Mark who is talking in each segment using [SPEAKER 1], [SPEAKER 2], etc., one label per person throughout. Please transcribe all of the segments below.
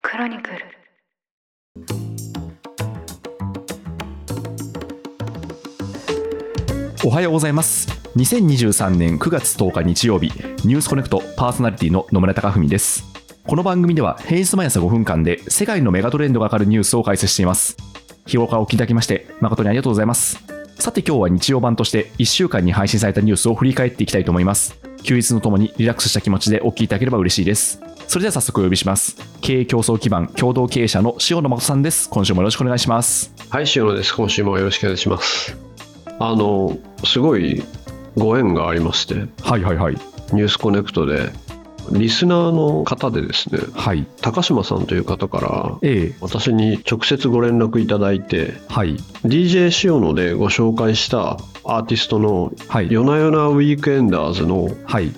[SPEAKER 1] クロニクル
[SPEAKER 2] おはようございます2023年9月10日日曜日ニュースコネクトパーソナリティの野村貴文ですこの番組では平日毎朝5分間で世界のメガトレンドがわかるニュースを解説しています日頃からお聞きいただきまして誠にありがとうございますさて今日は日曜版として1週間に配信されたニュースを振り返っていきたいと思います休日のともにリラックスした気持ちでお聞きいただければ嬉しいですそれでは早速お呼びします経営競争基盤共同経営者の塩野誠さんです今週もよろしくお願いします
[SPEAKER 3] はい、塩野です。今週もよろしくお願いします。あの、すごいご縁がありまして、
[SPEAKER 2] はいはいはい
[SPEAKER 3] ニュースコネクトで、リスナーの方でですね、
[SPEAKER 2] はい
[SPEAKER 3] 高島さんという方から、
[SPEAKER 2] ええ
[SPEAKER 3] 私に直接ご連絡いただいて、
[SPEAKER 2] はい、
[SPEAKER 3] DJ 塩野でご紹介したアーティストの、
[SPEAKER 2] はい
[SPEAKER 3] 夜な夜なウィークエンダーズの
[SPEAKER 2] はい、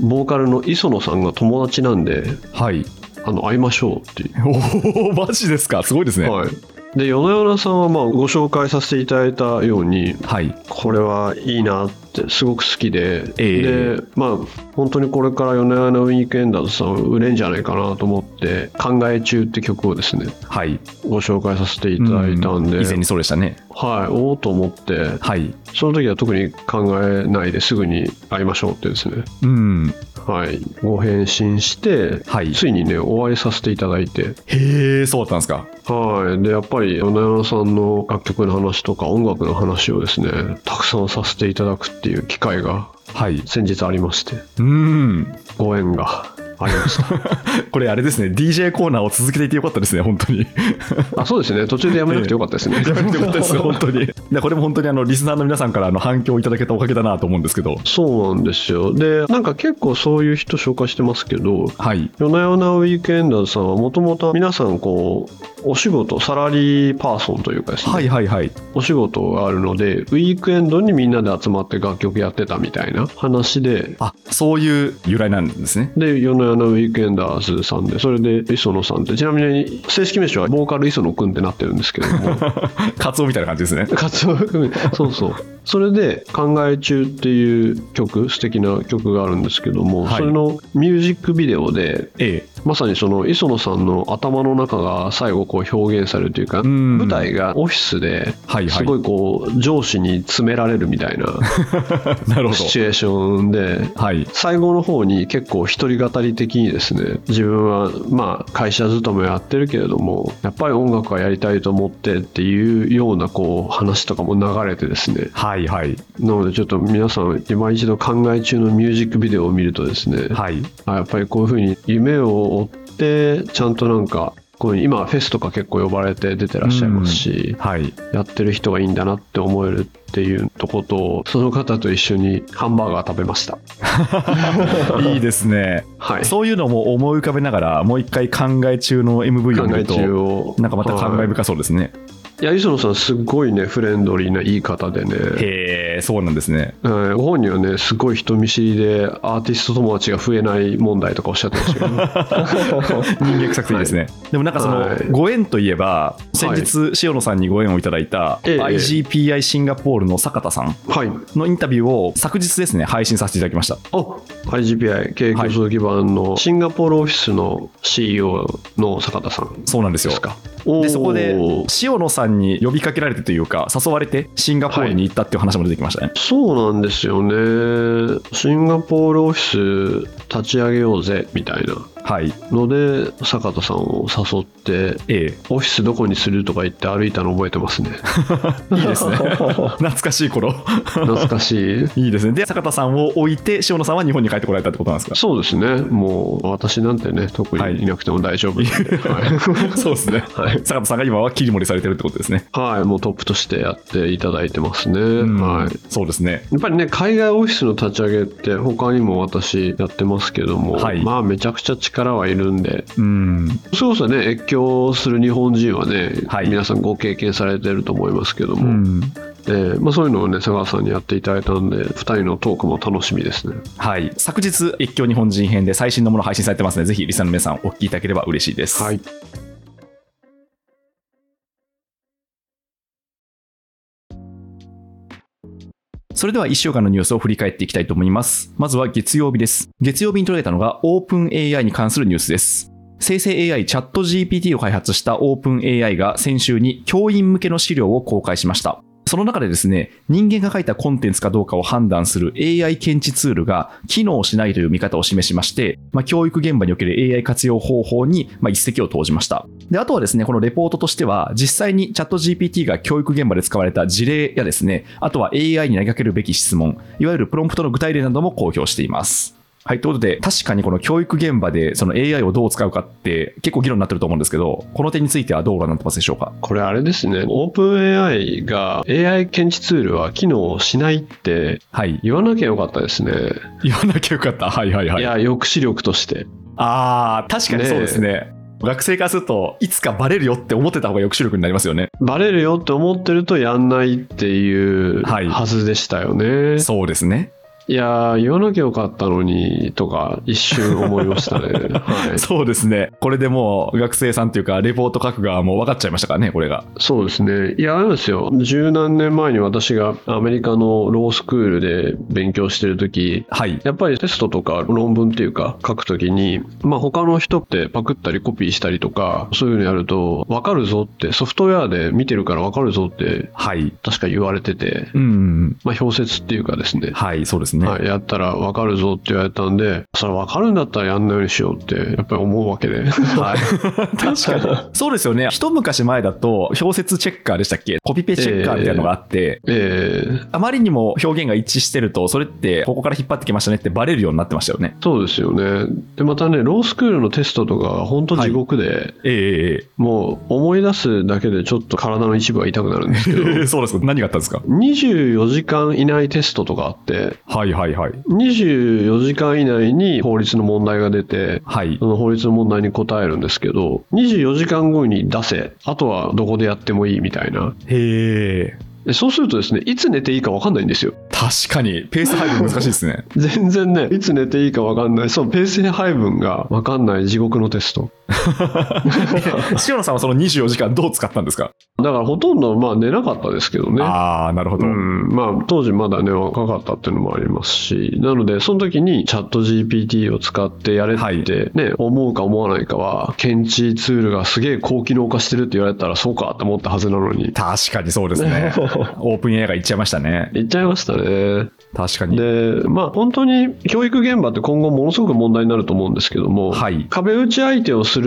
[SPEAKER 3] ボーカルの磯野さんが友達なんで、
[SPEAKER 2] はい。
[SPEAKER 3] あの、会いましょうっていう。
[SPEAKER 2] おお、マジですか、すごいですね。はい、
[SPEAKER 3] はい。で、夜な夜なさんは、まあ、ご紹介させていただいたように、これはいいなってすごく好きで、
[SPEAKER 2] ええ
[SPEAKER 3] でまあ本当にこれから米山のウィークエンダーズさん売れんじゃないかなと思って「考え中」って曲をですね
[SPEAKER 2] はい、
[SPEAKER 3] ご紹介させていただいたんで、
[SPEAKER 2] うん以前にそうでしたね。
[SPEAKER 3] はいおおと思って
[SPEAKER 2] はい、
[SPEAKER 3] その時は特に考えないですぐに会いましょうってですね
[SPEAKER 2] うん、
[SPEAKER 3] はいご返信して、
[SPEAKER 2] はい
[SPEAKER 3] ついにねお会いさせていただいて
[SPEAKER 2] へえ、そうだったんですか。
[SPEAKER 3] はいでやっぱり米山さんの楽曲の話とか音楽の話をですねたくさんさせていただくっていう機会が
[SPEAKER 2] はい、
[SPEAKER 3] 先日ありまして
[SPEAKER 2] うん、
[SPEAKER 3] ご縁がありました
[SPEAKER 2] これあれですね、DJ コーナーを続けていてよかったですね、本当 に。
[SPEAKER 3] あそうですね途中でやめなくてよかったですね、
[SPEAKER 2] やめてよかったです、本当に。いやこれも本当にあのリスナーの皆さんからあの反響をいただけたおかげだなと思うんですけど。
[SPEAKER 3] そうなんですよでなんか結構そういう人紹介してますけど
[SPEAKER 2] はい、
[SPEAKER 3] 夜な夜なウィークエンダーズさんはもともと皆さんこうお仕事サラリーパーソンというかですね、
[SPEAKER 2] はい、はい、はい。
[SPEAKER 3] お仕事があるのでウィークエンドにみんなで集まって楽曲やってたみたいな話で
[SPEAKER 2] あ、そういう由来なんですね。
[SPEAKER 3] で夜な夜なウィークエンダーズさんでそれで磯野さんってちなみに正式名称はボーカル磯野くんってなってるんですけれども
[SPEAKER 2] カツオみたいな感じですね。
[SPEAKER 3] カツオ 含めそうそう それで「考え中」っていう曲素敵な曲があるんですけども、
[SPEAKER 2] はい
[SPEAKER 3] それのミュージックビデオで
[SPEAKER 2] え
[SPEAKER 3] まさにその磯野さんの頭の中が最後こう表現されるというか
[SPEAKER 2] ん
[SPEAKER 3] 舞台がオフィスで
[SPEAKER 2] はいはい
[SPEAKER 3] すごいこう上司に詰められるみ たいな
[SPEAKER 2] え、なるほ
[SPEAKER 3] シチ
[SPEAKER 2] ど。
[SPEAKER 3] ュエーションで。
[SPEAKER 2] はい、
[SPEAKER 3] 最後の方に結構一人語り的にですね自分はまあ会社勤めをやってるけれどもやっぱり音楽はやりたいと思ってっていうようなこう話とかも流れてですね
[SPEAKER 2] はい、はい、
[SPEAKER 3] なのでちょっと皆さん今一度考え中のミュージックビデオを見るとですね、
[SPEAKER 2] はい。
[SPEAKER 3] あやっぱりこういうふうに夢を追ってちゃんとなんかこういう今フェスとか結構呼ばれて出てらっしゃいますし、
[SPEAKER 2] はい、
[SPEAKER 3] やってる人がいいんだなって思えるっていうとことその方と一緒にハンバーガー食べました
[SPEAKER 2] いいですね。
[SPEAKER 3] はい
[SPEAKER 2] そういうのも思い浮かべながら、もう一回考え中の MV を見
[SPEAKER 3] 考え
[SPEAKER 2] ると、
[SPEAKER 3] 中を
[SPEAKER 2] なんかまた感慨
[SPEAKER 3] はい
[SPEAKER 2] 深そうですね。
[SPEAKER 3] いや磯野さんすっごいねフレンドリーないい方でね
[SPEAKER 2] へえ、そうなんですね。
[SPEAKER 3] はいご本人はねすごい人見知りでアーティスト友達が増えない問題とかおっしゃってましたけど
[SPEAKER 2] 人間臭くていいですね。でもなんかその、
[SPEAKER 3] はい
[SPEAKER 2] ご縁といえば、先日、塩野さんにご縁をいただいた、
[SPEAKER 3] ええ
[SPEAKER 2] IGPI シンガポールの坂田さん
[SPEAKER 3] はい。
[SPEAKER 2] のインタビューを昨日ですね、配信させていただきました。
[SPEAKER 3] あ IGPI 経営競争基盤のシンガポールオフィスの CEO の坂田さん
[SPEAKER 2] そうなんです
[SPEAKER 3] で
[SPEAKER 2] よ
[SPEAKER 3] す。か。
[SPEAKER 2] でそこで
[SPEAKER 3] おー
[SPEAKER 2] 塩野さんに呼びかけられてというか誘われてシンガポールに行ったっていう話も出てきましたね、
[SPEAKER 3] そうなんですよね。シンガポールオフィス立ち上げようぜみたいな
[SPEAKER 2] はい、
[SPEAKER 3] ので坂田さんを誘って。
[SPEAKER 2] ええ
[SPEAKER 3] オフィスどこにするとか言って歩いたの覚えてますね
[SPEAKER 2] いいですね懐かしい頃
[SPEAKER 3] 懐かしい
[SPEAKER 2] いいですね。で、坂田さんを置いて、塩野さんは日本に帰ってこられたってことなんですか。
[SPEAKER 3] そうですねもう私なんてね特にいなくても大丈夫なんで、はい
[SPEAKER 2] そうですね。はい、坂田さんが今は切り盛りされてるってことですね。
[SPEAKER 3] はい、もうトップとしてやっていただいてますね。はい。
[SPEAKER 2] そうですね。
[SPEAKER 3] やっぱりね、海外オフィスの立ち上げって、他にも私やってますけども、
[SPEAKER 2] はい
[SPEAKER 3] まあめちゃくちゃ力はいるんで、
[SPEAKER 2] うん。
[SPEAKER 3] そうそうね、越境する日本人はね、
[SPEAKER 2] はい
[SPEAKER 3] 皆さんご経験されてると思いますけど
[SPEAKER 2] う
[SPEAKER 3] も、
[SPEAKER 2] ん。
[SPEAKER 3] えーまあ、そういうのをね、佐川さんにやっていただいたんで、2人のトークも楽しみですね。
[SPEAKER 2] はい。昨日、越境日本人編で最新のもの配信されてますので、ぜひリスナーの皆さんお聞きいただければ嬉しいです。
[SPEAKER 3] はい。
[SPEAKER 2] それでは1週間のニュースを振り返っていきたいと思います。まずは月曜日です。月曜日に取られたのが OpenAI に関するニュースです。生成 AI チャット GPT を開発した OpenAI が先週に教員向けの資料を公開しました。その中でですね、人間が書いたコンテンツかどうかを判断する AI 検知ツールが機能しないという見方を示しまして、まあ、教育現場における AI 活用方法にまあ一石を投じました。で、あとはですね、このレポートとしては、実際にチャット GPT が教育現場で使われた事例やですね、あとは AI に投げかけるべき質問、いわゆるプロンプトの具体例なども公表しています。はい、ということで、確かにこの教育現場でその AI をどう使うかって結構議論になってると思うんですけど、この点についてはどうご覧になってますでしょうか。
[SPEAKER 3] これあれですね、OpenAI が AI 検知ツールは機能しないって
[SPEAKER 2] はい。
[SPEAKER 3] 言わなきゃよかったですね。、
[SPEAKER 2] 言わなきゃよかった。はいはいはいい。
[SPEAKER 3] や、抑止力として。
[SPEAKER 2] ああ、確かにそうですね。学生からすると、いつかバレるよって思ってた方が抑止力になりますよね。
[SPEAKER 3] バレるよって思ってるとやんないっていう
[SPEAKER 2] はい
[SPEAKER 3] はずでしたよね。
[SPEAKER 2] そうですね。
[SPEAKER 3] い、やー、言わなきゃよかったのにとか一瞬思いましたね。 はい、
[SPEAKER 2] そうですね。これでもう学生さんというか、レポート書く側も分かっちゃいましたからね、これが。
[SPEAKER 3] そうですね。いや、あれなんですよ。十何年前に私がアメリカのロースクールで勉強してる時
[SPEAKER 2] はい。
[SPEAKER 3] やっぱりテストとか論文っていうか書くときに、まあ他の人ってパクったりコピーしたりとか、そういうのやると、わかるぞって、ソフトウェアで見てるからわかるぞって、
[SPEAKER 2] はい。
[SPEAKER 3] 確か言われてて、
[SPEAKER 2] うん。
[SPEAKER 3] まあ表説っていうかですね、
[SPEAKER 2] はい、そうですね。
[SPEAKER 3] はい、やったらわかるぞって言われたんで、それわかるんだったらやんないようにしようって、やっぱり思うわけ で。
[SPEAKER 2] はい。 確かに。そうですよね。一昔前だと、表説チェッカーでしたっけコピペチェッカーみたいなのがあって、
[SPEAKER 3] えー
[SPEAKER 2] あまりにも表現が一致してると、それってここから引っ張ってきましたねってバレるようになってましたよね。
[SPEAKER 3] そうですよね。で、またね、ロースクールのテストとかは本当地獄で、
[SPEAKER 2] ええ
[SPEAKER 3] もう思い出すだけでちょっと体の一部が痛くなるんです けど、
[SPEAKER 2] ええ。 そうですか。何があったんですか
[SPEAKER 3] 24時間以内テストとかあって、
[SPEAKER 2] はいはいはい。
[SPEAKER 3] 24時間以内に法律の問題が出て、
[SPEAKER 2] はい
[SPEAKER 3] そ。の法律の問題に答えるんですけど、24時間後に出せ、あとはどこでやってもいいみたいな。
[SPEAKER 2] へえ。
[SPEAKER 3] でそうするとですね、いつ寝ていいか分かんないんですよ。
[SPEAKER 2] 確かに、ペース配分難しいです ね。
[SPEAKER 3] 全然ね、いつ寝ていいか分かんない。そう、ペース配分が分かんない地獄のテスト。
[SPEAKER 2] 塩野さんはその24時間どう使ったんですか、
[SPEAKER 3] だからほとんどまあ寝なかったですけどね。
[SPEAKER 2] ああ、なるほ
[SPEAKER 3] う
[SPEAKER 2] ど。
[SPEAKER 3] ん、まあ当時まだね若かったっていうのもありますしなのでその時にチャット GPT を使ってやれって、
[SPEAKER 2] はい
[SPEAKER 3] ね、思うか思わないかは検知ツールがすげえ高機能化してるって言われたらそうかって思ったはずなのに
[SPEAKER 2] 確かにそうです ね。オープン AI が言っちゃいましたね。
[SPEAKER 3] 言っちゃいましたね
[SPEAKER 2] 確かに。
[SPEAKER 3] でまあ本当に教育現場って今後ものすごく問題になると思うんですけども、
[SPEAKER 2] はい
[SPEAKER 3] 壁打ち相手をする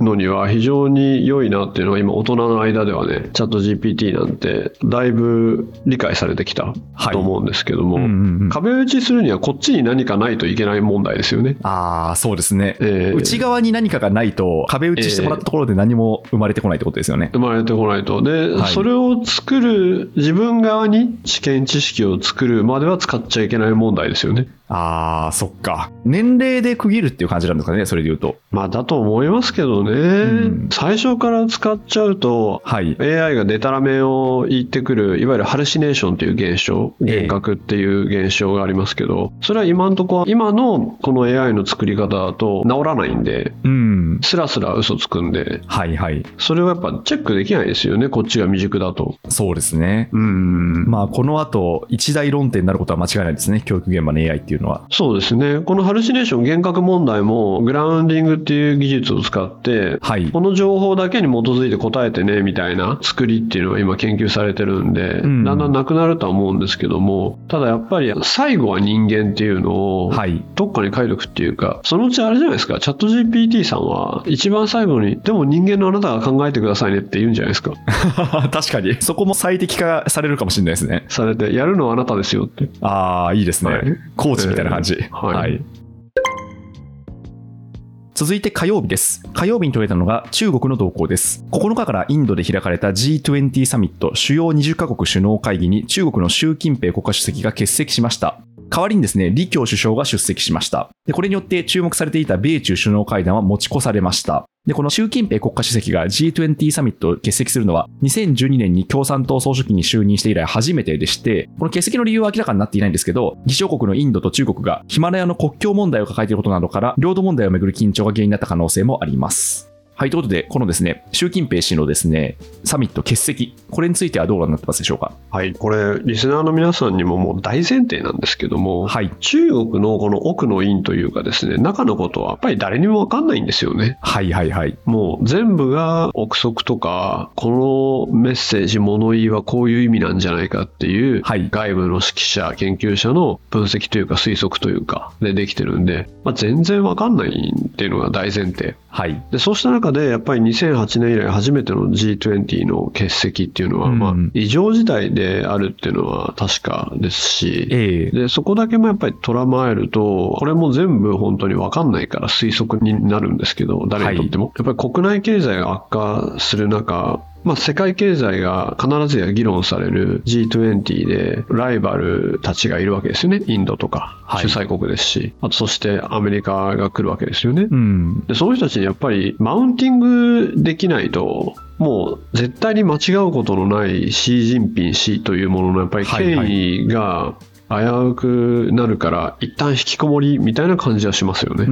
[SPEAKER 3] のには非常に良いなっていうのが今大人の間ではねチャット GPT なんてだいぶ理解されてきた
[SPEAKER 2] はい
[SPEAKER 3] と思うんですけども、
[SPEAKER 2] うんうんうん
[SPEAKER 3] 壁打ちするにはこっちに何かないといけない問題ですよね。
[SPEAKER 2] ああ、そうですね。
[SPEAKER 3] えー
[SPEAKER 2] 内側に何かがないと、壁打ちしてもらったところで何も生まれてこないってことですよね。
[SPEAKER 3] 生まれてこないとで、
[SPEAKER 2] はい
[SPEAKER 3] それを作る自分側に試験知識を作るまでは使っちゃいけない問題ですよね。
[SPEAKER 2] ああ、そっか。年齢で区切るっていう感じなんですかね、それで言うと。
[SPEAKER 3] まあだと思いますけどね、
[SPEAKER 2] ん
[SPEAKER 3] 最初から使っちゃうと
[SPEAKER 2] はい。
[SPEAKER 3] AI がデタラメを言ってくるいわゆるハルシネーションという現象
[SPEAKER 2] ええ
[SPEAKER 3] 幻覚っていう現象がありますけどそれは今のところ今のこの AI の作り方だと治らないんで
[SPEAKER 2] うん。
[SPEAKER 3] スラスラ嘘つくんで
[SPEAKER 2] はいはい。
[SPEAKER 3] それはやっぱチェックできないですよねこっちが未熟だと
[SPEAKER 2] そうですね。
[SPEAKER 3] うん
[SPEAKER 2] まあ、この後、一大論点になることは間違いないですね。教育現場の AI っていうのは。
[SPEAKER 3] そうですねこのハルシネーション幻覚問題もグラウンディングっていう技術を使って
[SPEAKER 2] はい。
[SPEAKER 3] この情報だけに基づいて答えてねみたいな作りっていうのが今研究されてるんで、
[SPEAKER 2] ん
[SPEAKER 3] だんだんなくなるとは思うんですけどもただやっぱり最後は人間っていうのを
[SPEAKER 2] はい。
[SPEAKER 3] どっかに書いとくっていうかそのうちあれじゃないですかチャット GPT さんは一番最後にでも人間のあなたが考えてくださいねって言うんじゃないですか
[SPEAKER 2] 確かに。そこも最適化されるかもしれないですね。
[SPEAKER 3] されてやるのはあなたですよって
[SPEAKER 2] ああ、いいですね。
[SPEAKER 3] はい
[SPEAKER 2] コーチみたいな感じ。
[SPEAKER 3] えーはい
[SPEAKER 2] 続いて火曜日です。火曜日に取れたのが中国の動向です。9日からインドで開かれた G20 サミット主要20カ国首脳会議に中国の習近平国家主席が欠席しました。代わりにですね、李強首相が出席しました。で、これによって注目されていた米中首脳会談は持ち越されました。で、この習近平国家主席が G20 サミットを欠席するのは、2012年に共産党総書記に就任して以来初めてでして、この欠席の理由は明らかになっていないんですけど、議長国のインドと中国がヒマラヤの国境問題を抱えていることなどから、領土問題をめぐる緊張が原因になった可能性もあります。はい、ということで、このですね、習近平氏のですね、サミット欠席、これについてはどうなってますでしょうか。
[SPEAKER 3] はい、これ、リスナーの皆さんにももう大前提なんですけども、
[SPEAKER 2] はい、
[SPEAKER 3] 中国のこの奥の院というかですね、中のことはやっぱり誰にもわかんないんですよね。
[SPEAKER 2] はい、はい、はい。
[SPEAKER 3] もう全部が憶測とか、このメッセージ、物言いはこういう意味なんじゃないかっていう、
[SPEAKER 2] はい
[SPEAKER 3] 外部の指揮者、研究者の分析というか推測というか、でできてるんで、まあ、全然わかんないっていうのが大前提。
[SPEAKER 2] はい。
[SPEAKER 3] でそうした中で、やっぱり2008年以来初めての G20 の欠席っていうのは、
[SPEAKER 2] うん
[SPEAKER 3] まあ、異常事態であるっていうのは確かですし、
[SPEAKER 2] ええ
[SPEAKER 3] でそこだけもやっぱりとらまえると、これも全部本当に分かんないから推測になるんですけど、誰にとっても。やっぱり国内経済が悪化する中、まあ、世界経済が必ずや議論される G20 でライバルたちがいるわけですよね、インドとか
[SPEAKER 2] はい
[SPEAKER 3] 主催国ですし、あとそしてアメリカが来るわけですよね。
[SPEAKER 2] うん。
[SPEAKER 3] でそういう人たちにやっぱりマウンティングできないともう絶対に間違うことのないシー・ジンピン氏というもののやっぱり
[SPEAKER 2] はいはい
[SPEAKER 3] 権威が危うくなるから一旦引きこもりみたいな感じはしますよ
[SPEAKER 2] う
[SPEAKER 3] ね。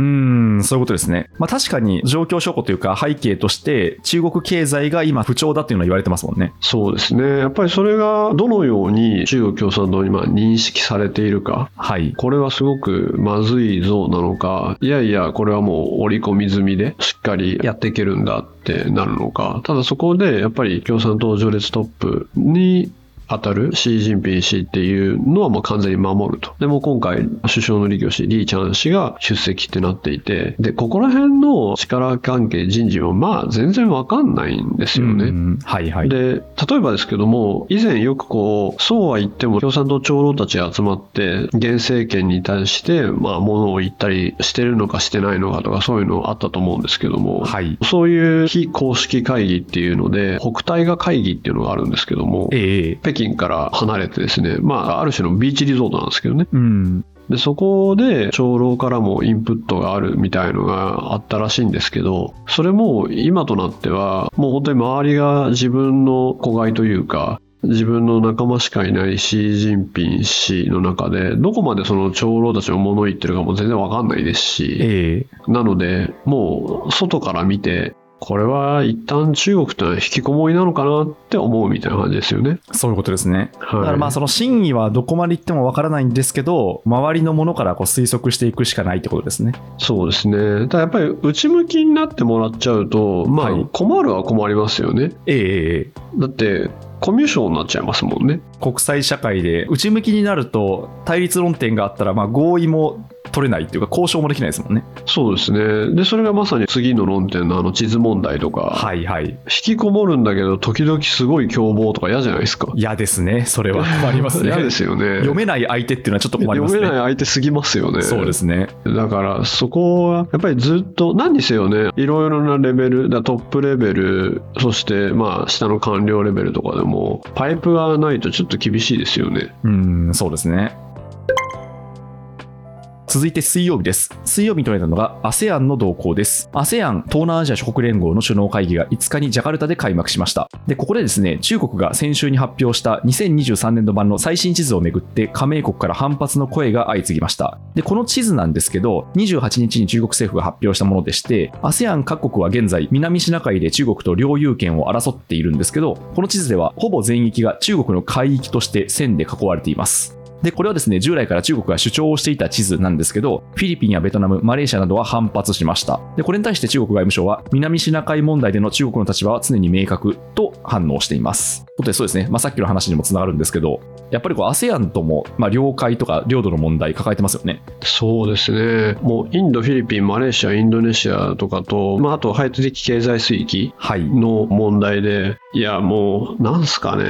[SPEAKER 2] ん、そういうことですね。まあ確かに状況証拠というか背景として中国経済が今不調だっていうのは言われてますもんね。
[SPEAKER 3] そうですね。やっぱりそれがどのように中国共産党にまあ認識されているか。
[SPEAKER 2] はい。
[SPEAKER 3] これはすごくまずい像なのか、いやいや、これはもう織り込み済みで、しっかりやっていけるんだってなるのか、ただそこでやっぱり共産党序列トップに当たるシー・ジンピン氏っていうのはもう完全に守ると。でもう今回、首相の李強氏、リー・チャン氏が出席ってなっていて、で、ここら辺の力関係、人事もまあ全然わかんないんですよね。
[SPEAKER 2] うんはいはい。
[SPEAKER 3] で例えばですけども以前よくこうそうは言っても共産党長老たちが集まって現政権に対してまあ物を言ったりしてるのかしてないのかとかそういうのあったと思うんですけども、
[SPEAKER 2] はい。
[SPEAKER 3] そういう非公式会議っていうので北戴河会議っていうのがあるんですけども
[SPEAKER 2] ええ
[SPEAKER 3] 北京から離れてですね、まあ、ある種のビーチリゾートなんですけどね。
[SPEAKER 2] うん。
[SPEAKER 3] で、そこで、長老からもインプットがあるみたいのがあったらしいんですけど、それも今となっては、もう本当に周りが自分の子飼いというか、自分の仲間しかいないシー・ジンピン氏の中で、どこまでその長老たちの物言ってるかも全然わかんないですし、
[SPEAKER 2] ええ
[SPEAKER 3] なので、もう外から見て、これは一旦中国というのは引きこもりなのかなって思うみたいな感じですよね。
[SPEAKER 2] そういうことですね。
[SPEAKER 3] はい、
[SPEAKER 2] だからまあその真偽はどこまで行ってもわからないんですけど、周りのものからこう推測していくしかないってことですね。
[SPEAKER 3] そうですね。ただやっぱり内向きになってもらっちゃうと、ま
[SPEAKER 2] は
[SPEAKER 3] あ
[SPEAKER 2] い
[SPEAKER 3] 困るは困りますよね。
[SPEAKER 2] ええええ
[SPEAKER 3] だって、コミュ障になっちゃいますもんね。
[SPEAKER 2] 国際社会で内向きになると対立論点があったらまあ合意も取れないっていうか交渉もできないですもんね。
[SPEAKER 3] そうですね。で、それがまさに次の論点のあの地図問題とか、
[SPEAKER 2] はいはい。
[SPEAKER 3] 引きこもるんだけど、時々すごい凶暴とか嫌じゃないですか。
[SPEAKER 2] 嫌ですね。それ は困りますね。
[SPEAKER 3] 嫌ですよね。
[SPEAKER 2] 読めない相手っていうのはちょっと困り
[SPEAKER 3] 読
[SPEAKER 2] ます
[SPEAKER 3] め
[SPEAKER 2] ね。
[SPEAKER 3] ない相手すぎますよね。
[SPEAKER 2] そうですね。
[SPEAKER 3] だからそこはやっぱりずっと何にせよねいろいろなレベルだトップレベルそしてまあ下の官僚レベルとかでもパイプがないとちょっと厳しいですよね
[SPEAKER 2] うん、そうですね。続いて水曜日です。水曜日に取れたのが ASEAN の動向です。ASEAN 東南アジア諸国連合の首脳会議が5日にジャカルタで開幕しました。で、ここでですね、中国が先週に発表した2023年度版の最新地図をめぐって加盟国から反発の声が相次ぎました。で、この地図なんですけど、28日に中国政府が発表したものでして、ASEAN 各国は現在南シナ海で中国と領有権を争っているんですけど、この地図ではほぼ全域が中国の海域として線で囲われています。で、これはですね、従来から中国が主張をしていた地図なんですけど、フィリピンやベトナム、マレーシアなどは反発しました。で、これに対して中国外務省は、南シナ海問題での中国の立場は常に明確と反応しています。ということで、そうですね、まあ、さっきの話にもつながるんですけど、やっぱりこう ASEAN とも、まあ、領海とか領土の問題抱えてますよね。
[SPEAKER 3] そうですねもうインドフィリピンマレーシアインドネシアとかと、まあ、あと排他的経済水域
[SPEAKER 2] はい。
[SPEAKER 3] の問題でいやもうなんすかね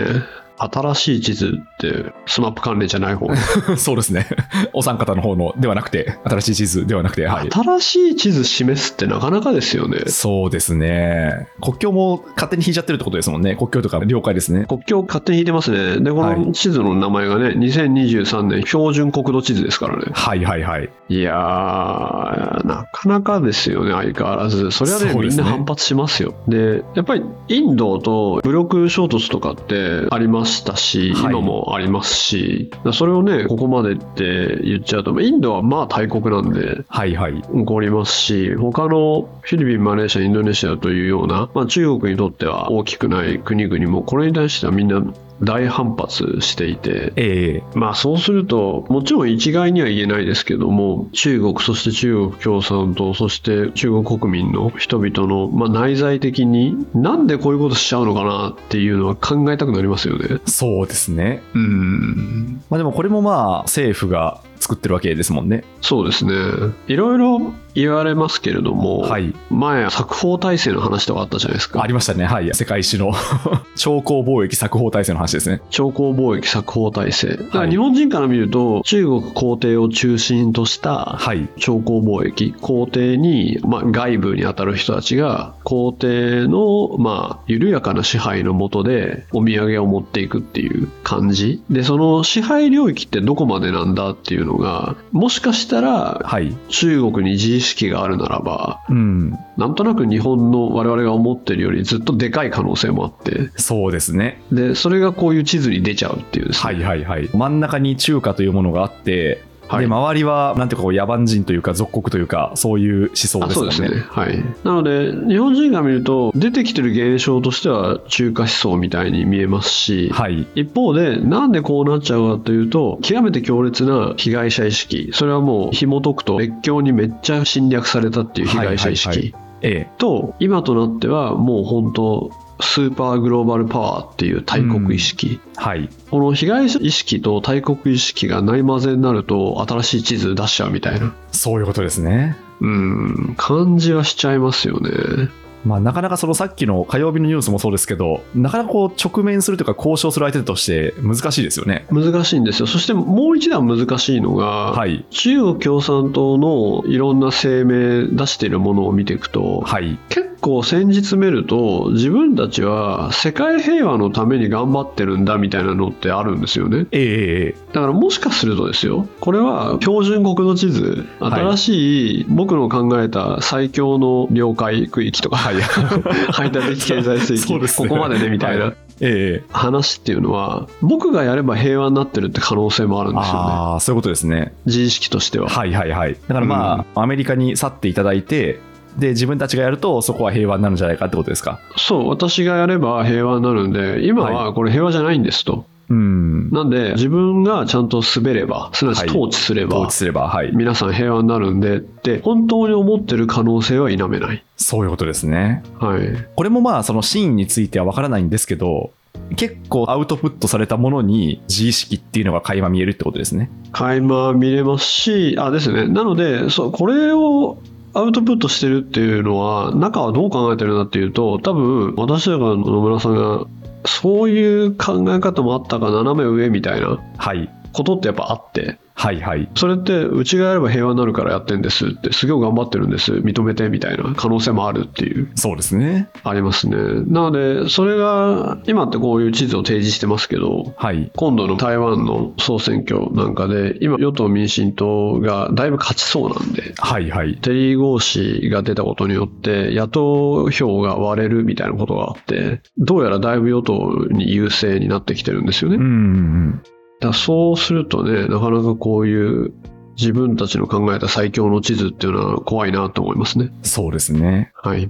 [SPEAKER 3] 新しい地図ってスマップ関連じゃない方
[SPEAKER 2] そうですね。お三方の方のではなくて、新しい地図ではなくて、はい。
[SPEAKER 3] 新しい地図示すってなかなかですよね
[SPEAKER 2] そうですね。国境も勝手に引いちゃってるってことですもんね。国境とか領海ですね。
[SPEAKER 3] 国境勝手に引いてますね。で、こ
[SPEAKER 2] はい
[SPEAKER 3] の地図の名前がね、2023年標準国土地図ですからね。
[SPEAKER 2] はいはいはい。
[SPEAKER 3] いやー、なかなかですよね、相変わらず。それはね、
[SPEAKER 2] そうで
[SPEAKER 3] みん
[SPEAKER 2] すね
[SPEAKER 3] な反発しますよ。で、やっぱりインドと武力衝突とかってありまましたし、
[SPEAKER 2] はい
[SPEAKER 3] 今もありますしだからそれをねここまでって言っちゃうとまあインドはまあ大国なんで
[SPEAKER 2] はいはい。
[SPEAKER 3] 起こりますし他のフィリピンマレーシアインドネシアというような、まあ、中国にとっては大きくない国々もこれに対してはみんな大反発していて
[SPEAKER 2] ええ
[SPEAKER 3] まあそうするともちろん一概には言えないですけども中国そして中国共産党そして中国国民の人々の、まあ、内在的になんでこういうことしちゃうのかなっていうのは考えたくなりますよね。
[SPEAKER 2] そうですね。
[SPEAKER 3] うん
[SPEAKER 2] まあでもこれもまあ政府が作ってるわけですもんね。
[SPEAKER 3] そうですねいろいろ言われますけれども、
[SPEAKER 2] はい。
[SPEAKER 3] 前作法体制の話とかあったじゃないですか
[SPEAKER 2] ありましたね。はい。世界 史の超高貿易作法体制の話ですね。
[SPEAKER 3] 朝貢貿易作法体制だか
[SPEAKER 2] はい
[SPEAKER 3] ら日本人から見ると、中国皇帝を中心とした
[SPEAKER 2] はい。
[SPEAKER 3] 朝貢貿易皇帝に、まあ、外部に当たる人たちが皇帝の、まあ、緩やかな支配のもとでお土産を持っていくっていう感じでその支配領域ってどこまでなんだっていうのがもしかしたら
[SPEAKER 2] はい。
[SPEAKER 3] 中国に自意識があるならば
[SPEAKER 2] うん。
[SPEAKER 3] なんとなく日本の我々が思ってるよりずっとでかい可能性もあって
[SPEAKER 2] そうですね。
[SPEAKER 3] でそれがこういう地図に出ちゃうっていうですね
[SPEAKER 2] はいはいはい。真ん中に中華というものがあって、
[SPEAKER 3] はい
[SPEAKER 2] で、周りは、なんていうかこう、野蛮人というか、属国というか、そういう思想
[SPEAKER 3] あ
[SPEAKER 2] です
[SPEAKER 3] そ
[SPEAKER 2] も
[SPEAKER 3] うん
[SPEAKER 2] ね。
[SPEAKER 3] ですね。はい。なので、日本人が見ると、出てきてる現象としては、中華思想みたいに見えますし、
[SPEAKER 2] はい。
[SPEAKER 3] 一方で、なんでこうなっちゃうかというと、極めて強烈な被害者意識、それはもう紐解くと、列強にめっちゃ侵略されたっていう被害者意識、
[SPEAKER 2] はいはいええ。
[SPEAKER 3] と、今となっては、もう本当、スーパーグローバルパワーっていう大国意識、
[SPEAKER 2] はい。
[SPEAKER 3] この被害者意識と大国意識がない混ぜになると、新しい地図出しちゃうみたいな、
[SPEAKER 2] そういうことですね。
[SPEAKER 3] うん、感じはしちゃいますよね。
[SPEAKER 2] まあ、なかなかそのさっきの火曜日のニュースもそうですけど、なかなかこう直面するというか交渉する相手として難しいですよね。
[SPEAKER 3] 難しいんですよそしてもう一段難しいのが、
[SPEAKER 2] はい。
[SPEAKER 3] 中国共産党のいろんな声明出しているものを見ていくと、
[SPEAKER 2] はい。
[SPEAKER 3] 結構先日見ると自分たちは世界平和のために頑張ってるんだみたいなのってあるんですよね
[SPEAKER 2] ええええ
[SPEAKER 3] だからもしかするとですよこれは標準国の地図
[SPEAKER 2] はい
[SPEAKER 3] 新しい僕の考えた最強の領海区域 とか、排他的経済水
[SPEAKER 2] そう
[SPEAKER 3] 域、
[SPEAKER 2] です
[SPEAKER 3] こ
[SPEAKER 2] ね
[SPEAKER 3] こまでねみたいな、
[SPEAKER 2] はええええ
[SPEAKER 3] 話っていうのは僕がやれば平和になってるって可能性もあるんですよね
[SPEAKER 2] ああ、そういうことですね。
[SPEAKER 3] 自意識としては、
[SPEAKER 2] はいはいはい。だからまあ、アメリカに去っていただいて、で、自分たちがやると、そこは平和になるんじゃないかってことですか。
[SPEAKER 3] そう私がやれば平和になるんで今はこれ平和じゃないんですと、
[SPEAKER 2] うん。
[SPEAKER 3] なんで自分がちゃんと滑ればすなわち
[SPEAKER 2] はい
[SPEAKER 3] 統治すれば、
[SPEAKER 2] 統治すれば、はい。
[SPEAKER 3] 皆さん平和になるんでって本当に思ってる可能性は否めない
[SPEAKER 2] そういうことですね。
[SPEAKER 3] はい
[SPEAKER 2] これもまあ、その真意についてはわからないんですけど、結構アウトプットされたものに自意識っていうのが垣間見えるってことですね。
[SPEAKER 3] 垣間見れますしあですねなのでそうこれをアウトプットしてるっていうのは中はどう考えてるんだっていうと多分私だから野村さんがそういう考え方もあったか斜め上みたいな
[SPEAKER 2] はい。
[SPEAKER 3] ことってやっぱあって
[SPEAKER 2] はいはい。
[SPEAKER 3] それってうちがやれば平和になるからやってんですってすごい頑張ってるんです認めてみたいな可能性もあるっていう
[SPEAKER 2] そうですね。
[SPEAKER 3] ありますねなのでそれが今ってこういう地図を提示してますけど
[SPEAKER 2] はい。
[SPEAKER 3] 今度の台湾の総選挙なんかで今与党民進党がだいぶ勝ちそうなんで
[SPEAKER 2] はいはい。
[SPEAKER 3] テリー・ゴー氏が出たことによって野党票が割れるみたいなことがあってどうやらだいぶ与党に優勢になってきてるんですよね
[SPEAKER 2] うんうん
[SPEAKER 3] だからそうするとねなかなかこういう自分たちの考えた最強の地図っていうのは怖いなと思いますね
[SPEAKER 2] うん。そうですね。
[SPEAKER 3] はい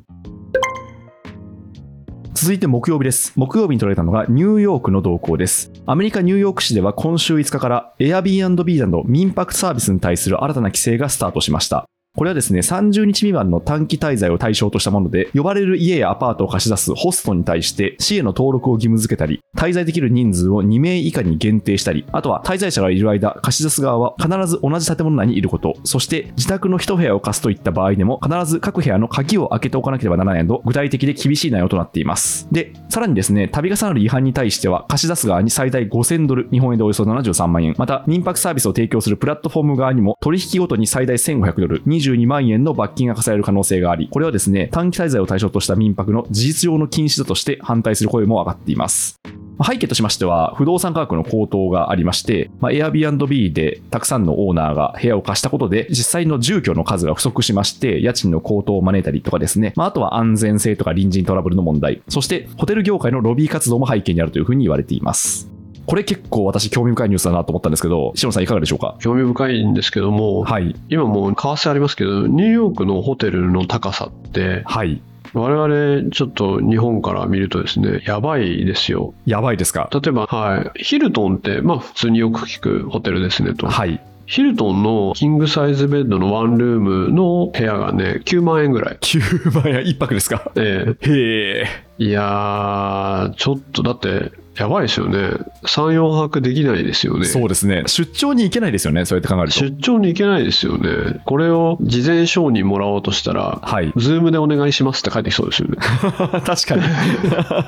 [SPEAKER 2] 続いて木曜日です。木曜日に取られたのがニューヨークの動向です。アメリカ・ニューヨーク市では今週5日から Airbnb など民泊サービスに対する新たな規制がスタートしました。これはですね、30日未満の短期滞在を対象としたもので、呼ばれる家やアパートを貸し出すホストに対して、市への登録を義務付けたり、滞在できる人数を2名以下に限定したり、あとは滞在者がいる間、貸し出す側は必ず同じ建物内にいること、そして自宅の1部屋を貸すといった場合でも、必ず各部屋の鍵を開けておかなければならないなど、具体的で厳しい内容となっています。で、さらにですね、度重なる違反に対しては、貸し出す側に最大5000ドル、日本円でおよそ73万円、また民泊サービスを提供するプラットフォーム側にも、取引ごとに最大1500ドル、22万円の罰金が課される可能性があり、これはですね、短期滞在を対象とした民泊の事実上の禁止だとして反対する声も上がっています。まあ背景としましては、不動産価格の高騰がありまして、まあ、Airbnb でたくさんのオーナーが部屋を貸したことで、実際の住居の数が不足しまして、家賃の高騰を招いたりとかですね、まあ、あとは安全性とか隣人トラブルの問題、そしてホテル業界のロビー活動も背景にあるというふうに言われています。これ結構私興味深いニュースだなと思ったんですけど、シロさんいかがでしょうか
[SPEAKER 3] 興味深いんですけども、
[SPEAKER 2] はい。
[SPEAKER 3] 今もう為替ありますけどニューヨークのホテルの高さって
[SPEAKER 2] はい。
[SPEAKER 3] 我々ちょっと日本から見るとですねやばいですよ
[SPEAKER 2] やばいですか
[SPEAKER 3] 例えば、はい、ヒルトンって、まあ、普通によく聞くホテルですねと、
[SPEAKER 2] はい。
[SPEAKER 3] ヒルトンのキングサイズベッドのワンルームの部屋がね9万円ぐらい、
[SPEAKER 2] 9万円一泊ですか
[SPEAKER 3] ええ
[SPEAKER 2] へえ。
[SPEAKER 3] いやーちょっとだってやばいですよね34泊できないですよね
[SPEAKER 2] そうですね。出張に行けないですよね。そうやって考えると。
[SPEAKER 3] 出張に行けないですよねこれを事前賞にもらおうとしたら
[SPEAKER 2] はい。
[SPEAKER 3] ズームでお願いしますって書いてきそうですよね
[SPEAKER 2] 確かに。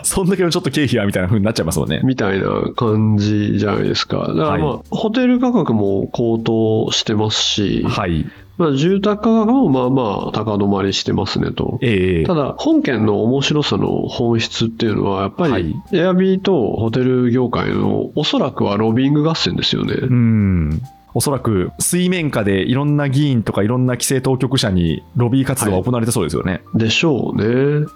[SPEAKER 2] そんだけのちょっと経費はみたいな風になっちゃいますもんね。
[SPEAKER 3] みたいな感じじゃないですかだからまあ、
[SPEAKER 2] は
[SPEAKER 3] ホテル価格も高騰してますし、
[SPEAKER 2] はい。
[SPEAKER 3] まあ、住宅価格もまあまあ高止まりしてますねと。
[SPEAKER 2] ええ
[SPEAKER 3] ただ、本件の面白さの本質っていうのは、やっぱ
[SPEAKER 2] は
[SPEAKER 3] り
[SPEAKER 2] い、
[SPEAKER 3] エアビーとホテル業界の、おそらくはロビーイング合戦ですよね。
[SPEAKER 2] うん。おそらく水面下でいろんな議員とかいろんな規制当局者にロビー活動が行われてそうですよね。
[SPEAKER 3] でしょうね。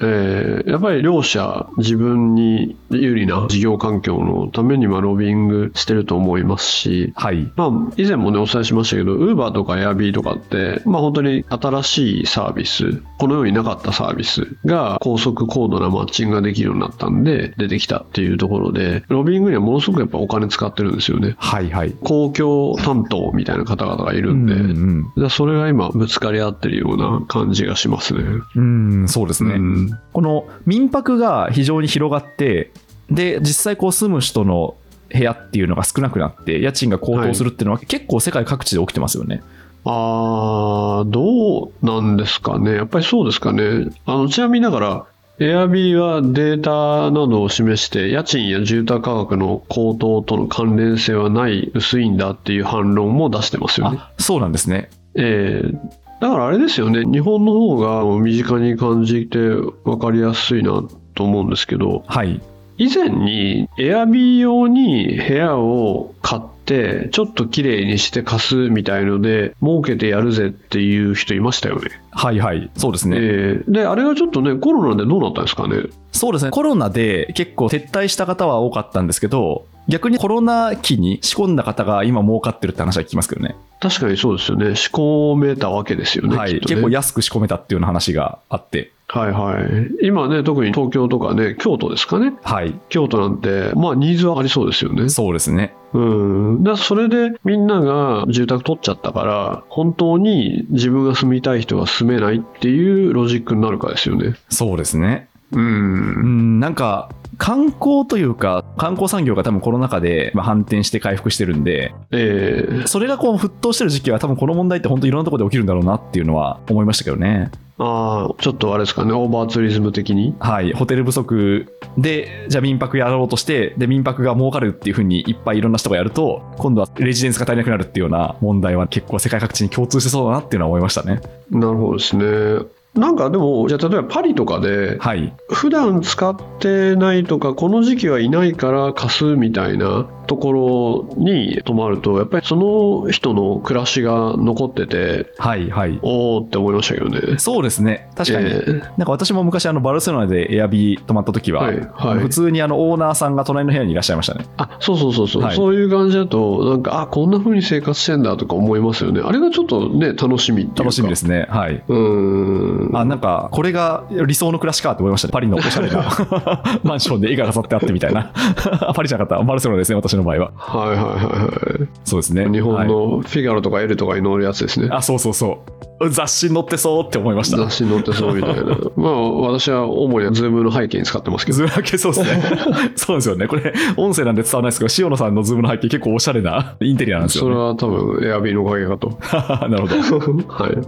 [SPEAKER 3] えーやっぱり両者、自分に有利な事業環境のために、まあ、ロビーイングしてると思いますし、
[SPEAKER 2] はい。
[SPEAKER 3] まあ、以前もね、お伝えしましたけど、ウーバーとかエアビーとかって、まあ、本当に新しいサービス、この世になかったサービスが高速高度なマッチングができるようになったんで、出てきたっていうところで、ロビングにはものすごくやっぱお金使ってるんですよね。
[SPEAKER 2] はいはい。
[SPEAKER 3] 公共担当みたいな方々がいるんで、
[SPEAKER 2] うんうん
[SPEAKER 3] だからそれが今ぶつかり合ってるような感じがしますね。
[SPEAKER 2] うん、そうですね。
[SPEAKER 3] うん
[SPEAKER 2] この民泊が非常に広がって、で、実際こう住む人の部屋っていうのが少なくなって、家賃が高騰するっていうのは結構世界各地で起きてますよね。
[SPEAKER 3] あーどうなんですかね、やっぱりそうですかね、あのちなみにだから、Airb はデータなどを示して、家賃や住宅価格の高騰との関連性はない、薄いんだっていう反論も出してますよね。
[SPEAKER 2] あ、そうなんですね。
[SPEAKER 3] えーだからあれですよね、日本の方が身近に感じて分かりやすいなと思うんですけど、
[SPEAKER 2] はい。
[SPEAKER 3] 以前に Airb 用に部屋を買ってちょっと綺麗にして貸すみたいので儲けてやるぜっていう人いましたよね。
[SPEAKER 2] はいはい。そうですね。
[SPEAKER 3] えーであれがちょっとねコロナでどうなったんですかね。
[SPEAKER 2] そうですね、コロナで結構撤退した方は多かったんですけど、逆にコロナ期に仕込んだ方が今儲かってるって話は聞きますけどね。
[SPEAKER 3] 確かにそうですよね。仕込めたわけですよね。
[SPEAKER 2] は
[SPEAKER 3] き
[SPEAKER 2] い、
[SPEAKER 3] っとね
[SPEAKER 2] 結構安く仕込めたっていうような話があって。
[SPEAKER 3] はいはい。今ね特に東京とかね京都ですかね。
[SPEAKER 2] はい、
[SPEAKER 3] 京都なんてまあニーズはありそうですよね。
[SPEAKER 2] そうですね。
[SPEAKER 3] うん。だからそれでみんなが住宅取っちゃったから、本当に自分が住みたい人が住めないっていうロジックになるかですよね。
[SPEAKER 2] そうですね。
[SPEAKER 3] う。
[SPEAKER 2] うんん、なんか、観光というか、観光産業が多分コロナ禍でまあ反転して回復してるんで、
[SPEAKER 3] ええ
[SPEAKER 2] それがこう沸騰してる時期は多分この問題って本当いろんなところで起きるんだろうなっていうのは思いましたけどね。
[SPEAKER 3] ああ、ちょっとあれですかね、オーバーツーリズム的に。
[SPEAKER 2] はい、ホテル不足で、じゃあ民泊やろうとして、で、民泊が儲かるっていう風にいっぱいいろんな人がやると、今度はレジデンスが足りなくなるっていうような問題は結構世界各地に共通してそうだなっていうのは思いましたね。
[SPEAKER 3] なるほどですね。なんかでも、じゃあ例えばパリとかで、
[SPEAKER 2] はい。
[SPEAKER 3] 普段使ってないとか、この時期はいないから貸すみたいなところに泊まると、やっぱりその人の暮らしが残ってて、
[SPEAKER 2] はい、はい。
[SPEAKER 3] おおって思いましたけどね。
[SPEAKER 2] そうですね。確かに。
[SPEAKER 3] ええ
[SPEAKER 2] なんか私も昔あのバルセロナでエアビー泊まった時は、
[SPEAKER 3] はいはい
[SPEAKER 2] 普通にあのオーナーさんが隣の部屋にいらっしゃいましたね。
[SPEAKER 3] あそうそうそうそう、
[SPEAKER 2] はい
[SPEAKER 3] そういう感じだとなんかあこんな風に生活してんだとか思いますよねあれがちょっとね楽しみっていうか
[SPEAKER 2] 楽しみですすね。はい。
[SPEAKER 3] うーん
[SPEAKER 2] あ、なんか、これが理想の暮らしかと思いましたね。パリのおしゃれな マンションで絵が飾ってあってみたいな。パリじゃなかった。バルセロナですね、私の場合は。
[SPEAKER 3] はいはいはいは
[SPEAKER 2] そうですね。
[SPEAKER 3] い日
[SPEAKER 2] は
[SPEAKER 3] 本
[SPEAKER 2] い
[SPEAKER 3] のフィガロとかエルとかに載るやつですね、
[SPEAKER 2] あ、そうそうそう。雑誌に載ってそうって思いま した。
[SPEAKER 3] 雑誌に載ってそう みたいなまあ私は主にズームの背景に使ってますけど
[SPEAKER 2] ズーム背景そうですね。そうですよね。これ、音声なんで伝わらないですけど、塩野さんのズームの背景結構おしゃれな インテリアなんです
[SPEAKER 3] それ
[SPEAKER 2] よ、ね。
[SPEAKER 3] は多分エアビーのおかげかと
[SPEAKER 2] なるほど。
[SPEAKER 3] はい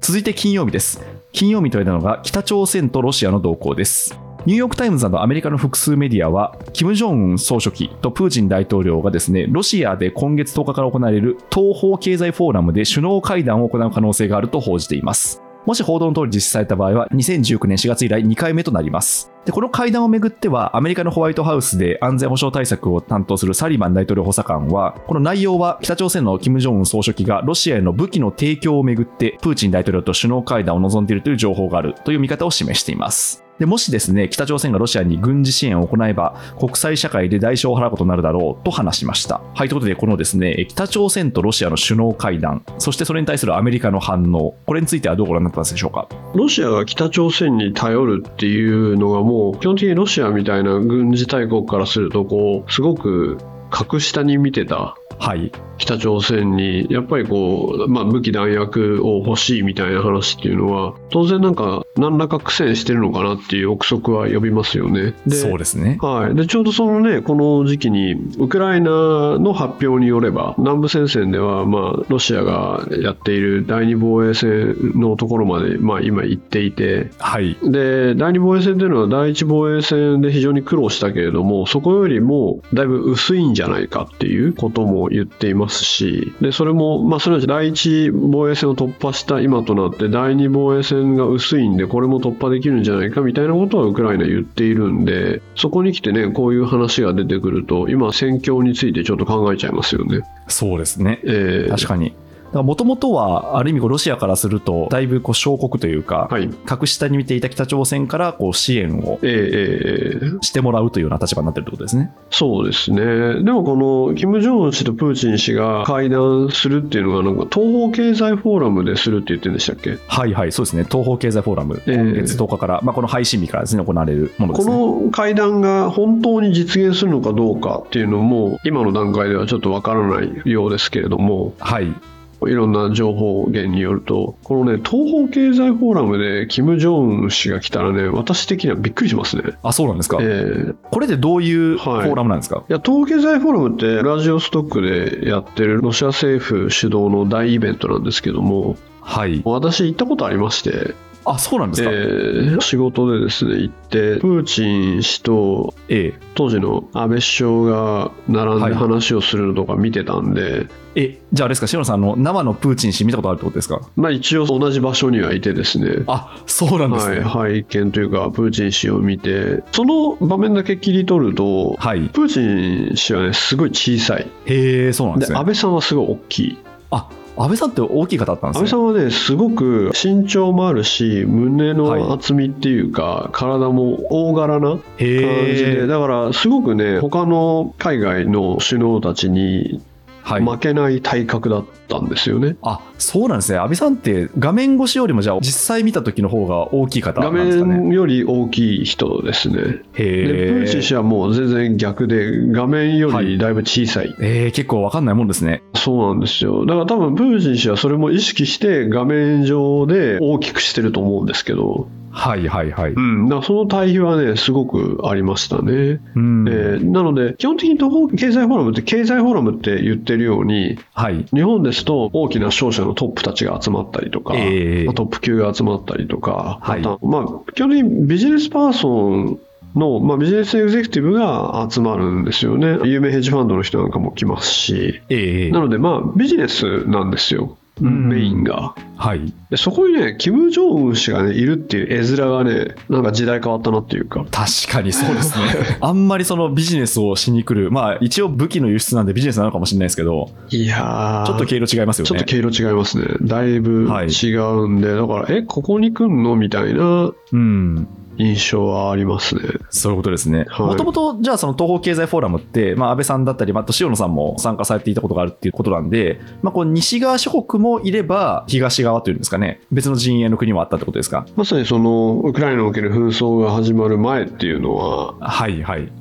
[SPEAKER 2] 続いて金曜日です。金曜日というのが北朝鮮とロシアの動向です。ニューヨーク・タイムズなどアメリカの複数メディアは、キム・ジョンウン総書記とプーチン大統領がですね、ロシアで今月10日から行われる東方経済フォーラムで首脳会談を行う可能性があると報じています。もし報道の通り実施された場合は、2019年4月以来2回目となります。で、この会談をめぐっては、アメリカのホワイトハウスで安全保障対策を担当するサリバン大統領補佐官は、この内容は北朝鮮の金正恩総書記がロシアへの武器の提供をめぐって、プーチン大統領と首脳会談を望んでいるという情報があるという見方を示しています。でもしですね、北朝鮮がロシアに軍事支援を行えば、国際社会で代償を払うことになるだろうと話しました。はい、ということで、このですね、北朝鮮とロシアの首脳会談、そしてそれに対するアメリカの反応、これについてはどうご覧になってますでしょうか。
[SPEAKER 3] ロシアが北朝鮮に頼るっていうのがもう基本的にロシアみたいな軍事大国からするとこうすごく格下に見てた
[SPEAKER 2] はい、
[SPEAKER 3] 北朝鮮にやっぱりこう、まあ、武器弾薬を欲しいみたいな話っていうのは当然なんか何らか苦戦してるのかなっていう憶測は呼びますよね。で
[SPEAKER 2] そうですね。
[SPEAKER 3] はい、でちょうどその、ね、この時期にウクライナの発表によれば南部戦線では、まあ、ロシアがやっている第二防衛線のところまで、まあ、今行っていて
[SPEAKER 2] はい、
[SPEAKER 3] で第二防衛線というのは第一防衛線で非常に苦労したけれどもそこよりもだいぶ薄いんじゃないかっていうことも言っていますしでそれも、まあ、すなわち第一防衛線を突破した今となって第二防衛線が薄いんでこれも突破できるんじゃないかみたいなことはウクライナ言っているんでそこに来てねこういう話が出てくると今戦況についてちょっと考えちゃいますよね。
[SPEAKER 2] そうですね。
[SPEAKER 3] えー
[SPEAKER 2] 確かに。もともとは、ある意味こう、ロシアからすると、だいぶこう小国というか、
[SPEAKER 3] はい
[SPEAKER 2] 格下に見ていた北朝鮮からこう支援を
[SPEAKER 3] えーえーえー
[SPEAKER 2] してもらうというような立場になってるってことですね。
[SPEAKER 3] そうですね、でもこの金正恩氏とプーチン氏が会談するっていうのが、なんか東方経済フォーラムでするって言ってんでしたっけ、
[SPEAKER 2] はいはい、そうですね。東方経済フォーラム、
[SPEAKER 3] ええ
[SPEAKER 2] 今月10日から、まあ、この配信日からですね、行われるもので
[SPEAKER 3] こ
[SPEAKER 2] すね。
[SPEAKER 3] の会談が本当に実現するのかどうかっていうのも、今の段階ではちょっとわからないようですけれども、
[SPEAKER 2] はい。
[SPEAKER 3] いろんな情報源によると、このね、東方経済フォーラムで金正恩氏が来たらね、私的にはびっくりしますね。
[SPEAKER 2] あ、そうなんですか。
[SPEAKER 3] えー
[SPEAKER 2] これでどういうフ
[SPEAKER 3] は
[SPEAKER 2] ォ
[SPEAKER 3] い
[SPEAKER 2] ーラムなんですか、
[SPEAKER 3] いや東京経済フォーラムってラジオストックでやってるロシア政府主導の大イベントなんですけども
[SPEAKER 2] はい、
[SPEAKER 3] 私行ったことありまして、
[SPEAKER 2] あ、そうなんですか。
[SPEAKER 3] え
[SPEAKER 2] え
[SPEAKER 3] ー仕事でですね行ってプーチン氏と
[SPEAKER 2] え
[SPEAKER 3] 当時の安倍首相が並ん
[SPEAKER 2] はい
[SPEAKER 3] で話をするのとか見てたんで、
[SPEAKER 2] え、じゃああれですか、篠野さん、あの生のプーチン氏見たことあるってことですか
[SPEAKER 3] まあ一応同じ場所にはいてですね
[SPEAKER 2] あ、そうなんですね。はい。
[SPEAKER 3] はい、拝見というかプーチン氏を見てその場面だけ切り取るとプーチン氏はねすごい小さい
[SPEAKER 2] へえ、そうなんで
[SPEAKER 3] です
[SPEAKER 2] ね
[SPEAKER 3] 安。倍さんはすごい大きい
[SPEAKER 2] あ、安倍さんって大きい方だったんで
[SPEAKER 3] 安
[SPEAKER 2] す
[SPEAKER 3] 倍
[SPEAKER 2] ね
[SPEAKER 3] さ。んはねすごく身長もあるし胸の厚みっていうか、体も大柄な感じ
[SPEAKER 2] へ
[SPEAKER 3] で
[SPEAKER 2] え。
[SPEAKER 3] だからすごくね他の海外の首脳たちに
[SPEAKER 2] はい。
[SPEAKER 3] 負けない体格だったんですよね、
[SPEAKER 2] あそうなんですね、安倍さんって画面越しよりも、じゃあ、実際見た時の方が大きい方な
[SPEAKER 3] 画
[SPEAKER 2] んですかね。
[SPEAKER 3] 面より大きい人ですねでプ
[SPEAKER 2] へ
[SPEAKER 3] ーチン氏はもう全然逆で画面よりだいぶ小さい、
[SPEAKER 2] えー、結構わかんないもんですね。
[SPEAKER 3] そうなんですよだから多分プーチン氏はそれも意識して画面上で大きくしてると思うんですけど、
[SPEAKER 2] はいはいはい。
[SPEAKER 3] うん、だからその対比はねすごくありましたね
[SPEAKER 2] うん
[SPEAKER 3] えーなので、基本的に東方経済フォーラムって、経済フォーラムって言ってるように、
[SPEAKER 2] はい。
[SPEAKER 3] 日本ですと大きな商社のトップたちが集まったりとか、
[SPEAKER 2] えー
[SPEAKER 3] まあトップ級が集まったりとか、
[SPEAKER 2] はい
[SPEAKER 3] あとはまあ、基本的にビジネスパーソンの、まあ、ビジネスエグゼクティブが集まるんですよね。有名ヘッジファンドの人なんかも来ますし、
[SPEAKER 2] ええ
[SPEAKER 3] なので、まあ、ビジネスなんですよ、
[SPEAKER 2] うん
[SPEAKER 3] メインが。
[SPEAKER 2] はい。
[SPEAKER 3] でそこにね、キム・ジョンウン氏が、ね、いるっていう絵面がね、なんか時代変わったなっていうか。
[SPEAKER 2] 確かにそうですね。 あんまりそのビジネスをしに来る、まあ一応武器の輸出なんでビジネスなのかもしれないですけど、
[SPEAKER 3] いやー
[SPEAKER 2] ちょっと毛色違いますよ
[SPEAKER 3] ちょっ
[SPEAKER 2] ね
[SPEAKER 3] と。毛色違いますね。だいぶ
[SPEAKER 2] はい
[SPEAKER 3] 違うんで、だから、え、ここに来んのみたいな
[SPEAKER 2] うん。
[SPEAKER 3] 印象はありますね。
[SPEAKER 2] そういうことですね。
[SPEAKER 3] はい
[SPEAKER 2] もともと、じゃあその東方経済フォーラムって、まあ安倍さんだったり、まああと塩野さんも参加されていたことがあるっていうことなんで、まあこう西側諸国もいれば、東側というんですかね、別の陣営の国もあったってことですか。
[SPEAKER 3] まさにその、ウクライナにおける紛争が始まる前っていうのは、
[SPEAKER 2] はいはい。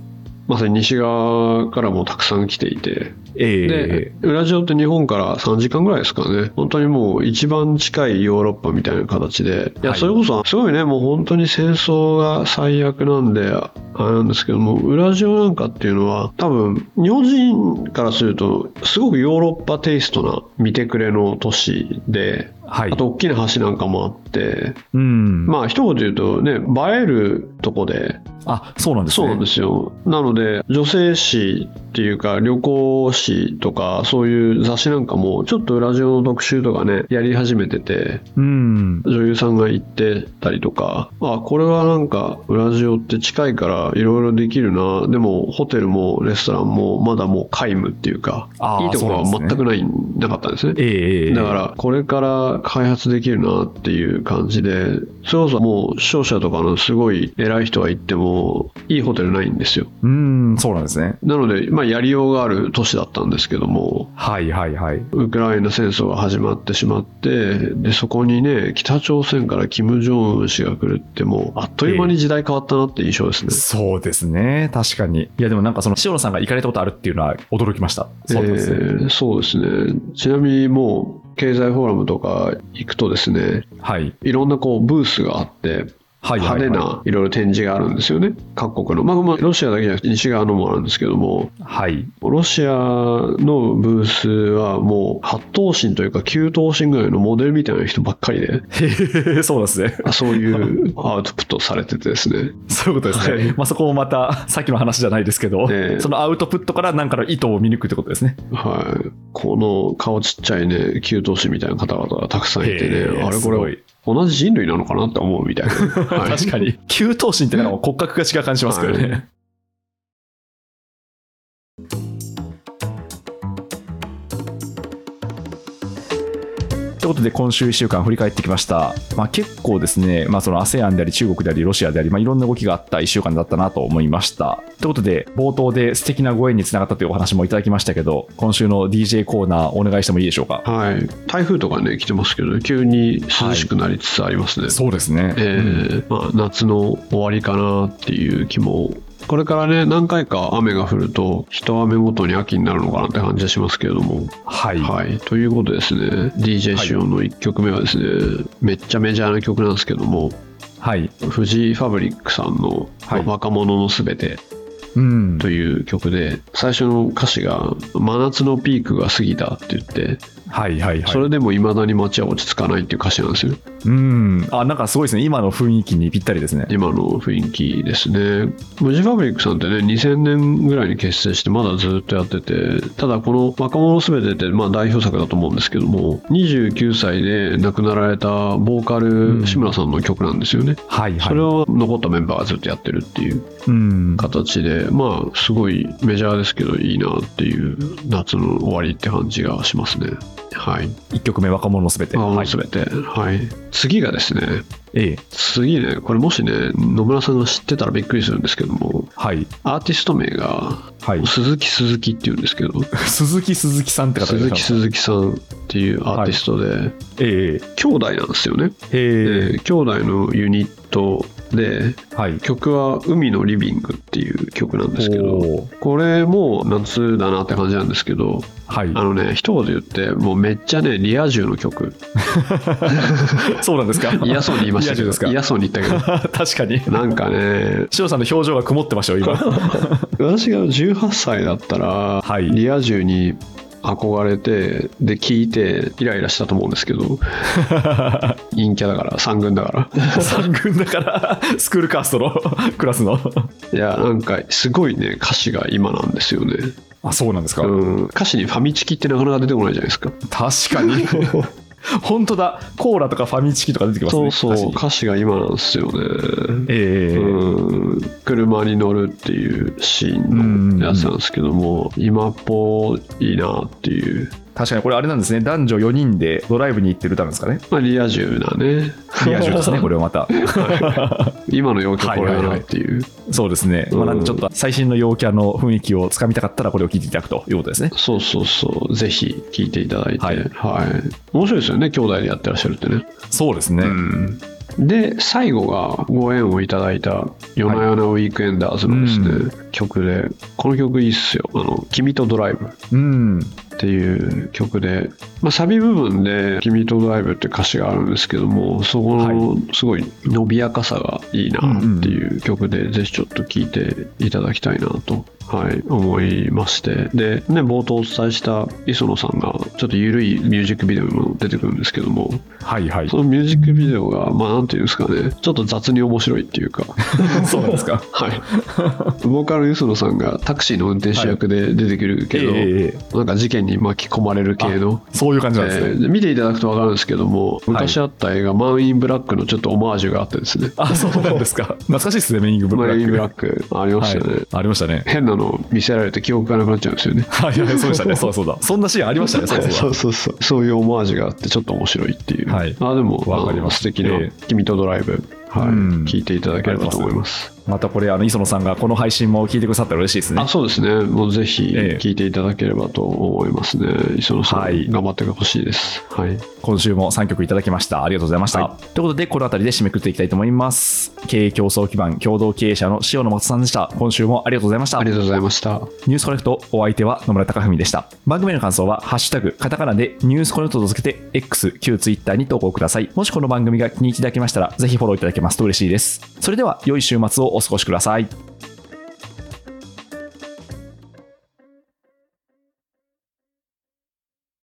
[SPEAKER 3] まさに西側からもたくさん来ていて、
[SPEAKER 2] え
[SPEAKER 3] で、ウラジオって日本から3時間ぐらいですかね、本当にもう一番近いヨーロッパみたいな形で、いや、
[SPEAKER 2] はい
[SPEAKER 3] それこそ、すごいね、もう本当に戦争が最悪なんで、あれなんですけども、ウラジオなんかっていうのは、多分、日本人からすると、すごくヨーロッパテイストな見てくれの都市で、
[SPEAKER 2] ーはい
[SPEAKER 3] あ。と大きな橋なんかもあっって、
[SPEAKER 2] うん。
[SPEAKER 3] まあ一言で言うとね、映えるとこで、
[SPEAKER 2] あ、そうなんです
[SPEAKER 3] そう
[SPEAKER 2] ね。
[SPEAKER 3] なんですよ。なので、女性誌っていうか、旅行誌とか、そういう雑誌なんかも、ちょっとラジオの特集とかね、やり始めてて、
[SPEAKER 2] うん。
[SPEAKER 3] 女優さんが行ってたりとか、あ、これはなんか、ラジオって近いから、いろいろできるな。でも、ホテルもレストランも、まだもう皆無っていうか、
[SPEAKER 2] あー
[SPEAKER 3] いいところは
[SPEAKER 2] そうなん
[SPEAKER 3] 全
[SPEAKER 2] ですね
[SPEAKER 3] くない、なかったんですね。
[SPEAKER 2] ええええ
[SPEAKER 3] だからこれから開発できるなっていう感じでそれこそもう商社とかのすごい偉い人が行ってもいいホテルないんですよ
[SPEAKER 2] うん、そうなんですね。
[SPEAKER 3] なのでまあやりようがある都市だったんですけども
[SPEAKER 2] はいはいはい。
[SPEAKER 3] ウクライナ戦争が始まってしまってでそこにね北朝鮮から金正恩氏が来るってもうあっという間に時代変わったなって印象ですね、
[SPEAKER 2] そうですね。確かに。いや、でもなんかその、塩野さんが行かれたことあるっていうのは驚きました。そうなんですね。
[SPEAKER 3] えーそうですねちなみにもう経済フォーラムとか行くとですね
[SPEAKER 2] はい。
[SPEAKER 3] いろんなこうブースがあって
[SPEAKER 2] はいはい、
[SPEAKER 3] 派
[SPEAKER 2] はい。
[SPEAKER 3] 手ないろいろ展示があるんですよね、各国の、まあ、まあロシアだけじゃなくて西側のもあるんですけども
[SPEAKER 2] はい。
[SPEAKER 3] ロシアのブースはもう8頭身というか9頭身ぐらいのモデルみたいな人ばっか りで
[SPEAKER 2] へへへそうなんですね。
[SPEAKER 3] あそういうアウトプットされててですね
[SPEAKER 2] そういうことです
[SPEAKER 3] は
[SPEAKER 2] ね。まあそこもまた、さっきの話じゃないですけど、
[SPEAKER 3] ええ
[SPEAKER 2] そのアウトプットから何かの意図を見抜くってことですね。
[SPEAKER 3] はいこの顔ちっちゃいね9頭身みたいな方々がたくさんいて
[SPEAKER 2] へ
[SPEAKER 3] ね
[SPEAKER 2] ー
[SPEAKER 3] あれ
[SPEAKER 2] す
[SPEAKER 3] こ
[SPEAKER 2] ご
[SPEAKER 3] れ
[SPEAKER 2] い
[SPEAKER 3] 同じ人類なのかなって思う みたいな、はい
[SPEAKER 2] 確か に。給頭身ってなんかもう骨格が違う感じしますけどね。
[SPEAKER 3] は
[SPEAKER 2] ということで今週1週間振り返ってきました、まあ、結構ですね、まあ、その ASEAN であり中国でありロシアであり、まあ、いろんな動きがあった1週間だったなと思いましたということで冒頭で素敵なご縁につながったというお話もいただきましたけど今週の DJ コーナーお願いしてもいいでしょうか
[SPEAKER 3] はい、台風とかね来てますけど急に涼しくなりつつありますね、
[SPEAKER 2] そうですね、
[SPEAKER 3] えーまあ、夏の終わりかなっていう気もこれからね何回か雨が降ると一雨ごとに秋になるのかなって感じがしますけれども
[SPEAKER 2] はい、
[SPEAKER 3] はいということでですね DJ 仕様の1曲目はですね、めっちゃメジャーな曲なんですけども
[SPEAKER 2] はい、
[SPEAKER 3] フジファブリックさんの「
[SPEAKER 2] はい
[SPEAKER 3] まあ若者のすべて
[SPEAKER 2] うん」
[SPEAKER 3] という曲で最初の歌詞が「真夏のピークが過ぎた」って言って
[SPEAKER 2] はいはいはい
[SPEAKER 3] それでも未だに街は落ち着かないっていう歌詞なんですよ
[SPEAKER 2] うんあなんかすごいですね今の雰囲気にぴったりですね
[SPEAKER 3] 今の雰囲気ですね。ムジファブリックさんってね、2000年ぐらいに結成して、まだずっとやってて、ただこの若者すべてって、まあ代表作だと思うんですけども、29歳で亡くなられたボーカ
[SPEAKER 2] うん
[SPEAKER 3] ル、志村さんの曲なんですよね。
[SPEAKER 2] はいはい
[SPEAKER 3] それを残ったメンバーがずっとやってるっていう
[SPEAKER 2] うん
[SPEAKER 3] 形で、まあすごいメジャーですけど、いいなっていう、夏の終わりって感じがしますね。はい。
[SPEAKER 2] 1曲目若者のすべて
[SPEAKER 3] 若
[SPEAKER 2] は
[SPEAKER 3] 者
[SPEAKER 2] い
[SPEAKER 3] すべて。はい。次がですね、
[SPEAKER 2] ええ
[SPEAKER 3] 次ね、これもしね、野村さんが知ってたらびっくりするんですけども、
[SPEAKER 2] はい
[SPEAKER 3] アーティスト名が、
[SPEAKER 2] はい
[SPEAKER 3] 鈴木鈴木っていうんですけど、
[SPEAKER 2] 鈴木鈴木さんって方がいら
[SPEAKER 3] 鈴
[SPEAKER 2] っ
[SPEAKER 3] 木
[SPEAKER 2] しゃる
[SPEAKER 3] 鈴木さんっていうアーティストで、
[SPEAKER 2] え
[SPEAKER 3] 兄弟なんですよね。
[SPEAKER 2] えええ
[SPEAKER 3] で兄弟のユニットで、
[SPEAKER 2] はい
[SPEAKER 3] 曲は「海のリビング」っていう曲なんですけど、
[SPEAKER 2] おー
[SPEAKER 3] これも夏だなって感じなんですけど、
[SPEAKER 2] はい
[SPEAKER 3] あのね、一言で言って、もうめっちゃね、リア充の曲。
[SPEAKER 2] そうなんですか
[SPEAKER 3] 嫌そうに言いましたけ
[SPEAKER 2] 嫌ですか
[SPEAKER 3] ど、嫌そうに言ったけ
[SPEAKER 2] 確かに
[SPEAKER 3] ど、なんかね、
[SPEAKER 2] 塩さんの表情が曇ってましたよ今
[SPEAKER 3] 私が18歳だったら、
[SPEAKER 2] はい
[SPEAKER 3] リア充に憧れてで聞いてイライラしたと思うんです けど陰キャだから三軍だから
[SPEAKER 2] 三軍だからスクールカーストのクラスの
[SPEAKER 3] いやなんかすごいね歌詞が今なんですよね、
[SPEAKER 2] あそうなんですか、
[SPEAKER 3] うん、歌詞にファミチキってなかなか出てこないじゃ ないですか
[SPEAKER 2] 確かに本当だコーラとかファミチキとか出てきます
[SPEAKER 3] そ
[SPEAKER 2] ね
[SPEAKER 3] うそう
[SPEAKER 2] 確かに
[SPEAKER 3] 歌詞が今なんですよね
[SPEAKER 2] ええ
[SPEAKER 3] うん車に乗るっていうシーンのやつなんですけども、今っぽいなっていう、
[SPEAKER 2] 確かにこれあれなんですね男女4人でドライブに行ってる歌なんですかね
[SPEAKER 3] まあ、リア充なね
[SPEAKER 2] リア充ですねこれはまた
[SPEAKER 3] 今の陽キャこれだなっていう、
[SPEAKER 2] そうですね、まあ、なんでちょっと最新の陽キャの雰囲気をつかみたかったらこれを聞いていただくということですね
[SPEAKER 3] そうそうそうぜひ聞いていただいて
[SPEAKER 2] は
[SPEAKER 3] はいい、面白いですよね兄弟でやってらっしゃるってね
[SPEAKER 2] そうですね、
[SPEAKER 3] うんで最後がご縁をいただいた「夜な夜なウィークエンダーズ」のですね、曲でこの曲いいっすよ「あの君とドライブ」っ
[SPEAKER 2] うん
[SPEAKER 3] てっていう曲で、まあ、サビ部分で「君とドライブ」って歌詞があるんですけどもそこのすごい伸びやかさがいいなっていう曲で、ぜひちょっと聴いていただきたいなと。はい、思いましてで、ね、冒頭お伝えした磯野さんがちょっと緩いミュージックビデオも出てくるんですけども
[SPEAKER 2] はいはい
[SPEAKER 3] そのミュージックビデオがまあなんていうんですかねちょっと雑に面白いっていう か
[SPEAKER 2] そうなんで すか
[SPEAKER 3] はい、ボーカル磯野さんがタクシーの運転手役で出てくるけど、
[SPEAKER 2] はいえええ
[SPEAKER 3] なんか事件に巻き込まれる系の。
[SPEAKER 2] そういう感じなんですね、
[SPEAKER 3] えーで見ていただくと分かるんですけども昔あった映画「マン・イン・ブラック」のちょっとオマージュがあってですね
[SPEAKER 2] あそうなん ですか懐かしいですねメイング
[SPEAKER 3] 「
[SPEAKER 2] ブ
[SPEAKER 3] マ
[SPEAKER 2] ラッ
[SPEAKER 3] ン・
[SPEAKER 2] ク
[SPEAKER 3] イン・ブラック」ありましたよね、
[SPEAKER 2] はい、ありましたね
[SPEAKER 3] 変なの見せられて記憶がなくなっちゃうんですよね
[SPEAKER 2] はいはいそうでしたねそうだそうだそんなシーンありましたねそうそうだ
[SPEAKER 3] そうそうそうそういうオマージュがあってちょっと面白いっていう、
[SPEAKER 2] はい
[SPEAKER 3] あでも
[SPEAKER 2] わかります
[SPEAKER 3] あの素敵な
[SPEAKER 2] ええ
[SPEAKER 3] 「君とドライブ」はい
[SPEAKER 2] うん
[SPEAKER 3] 聞いていただければと思います
[SPEAKER 2] またこれあの磯野さんがこの配信も聞いてくださったら嬉しいですね
[SPEAKER 3] あそうですね、もうぜひ
[SPEAKER 2] ええ
[SPEAKER 3] 聞いていただければと思いますね、磯野さん、
[SPEAKER 2] はい
[SPEAKER 3] 頑張ってほしいです。はい、
[SPEAKER 2] 今週も3曲いただきましたありがとうございました、
[SPEAKER 3] は
[SPEAKER 2] ということでこの辺りで締めくくっていきたいと思います経営競争基盤共同経営者の塩野松さんでした今週もありがとうございました
[SPEAKER 3] ありがとうございました。
[SPEAKER 2] ニュースコネクトお相手は野村貴文でした番組への感想は「ハッシュタグカタカナ」でニュースコネクトとつけて X 旧 Twitter に投稿くださいもしこの番組が気に入っていただけましたらぜひフォローいただけますと嬉しいですそれでは良い週末をお過ごしください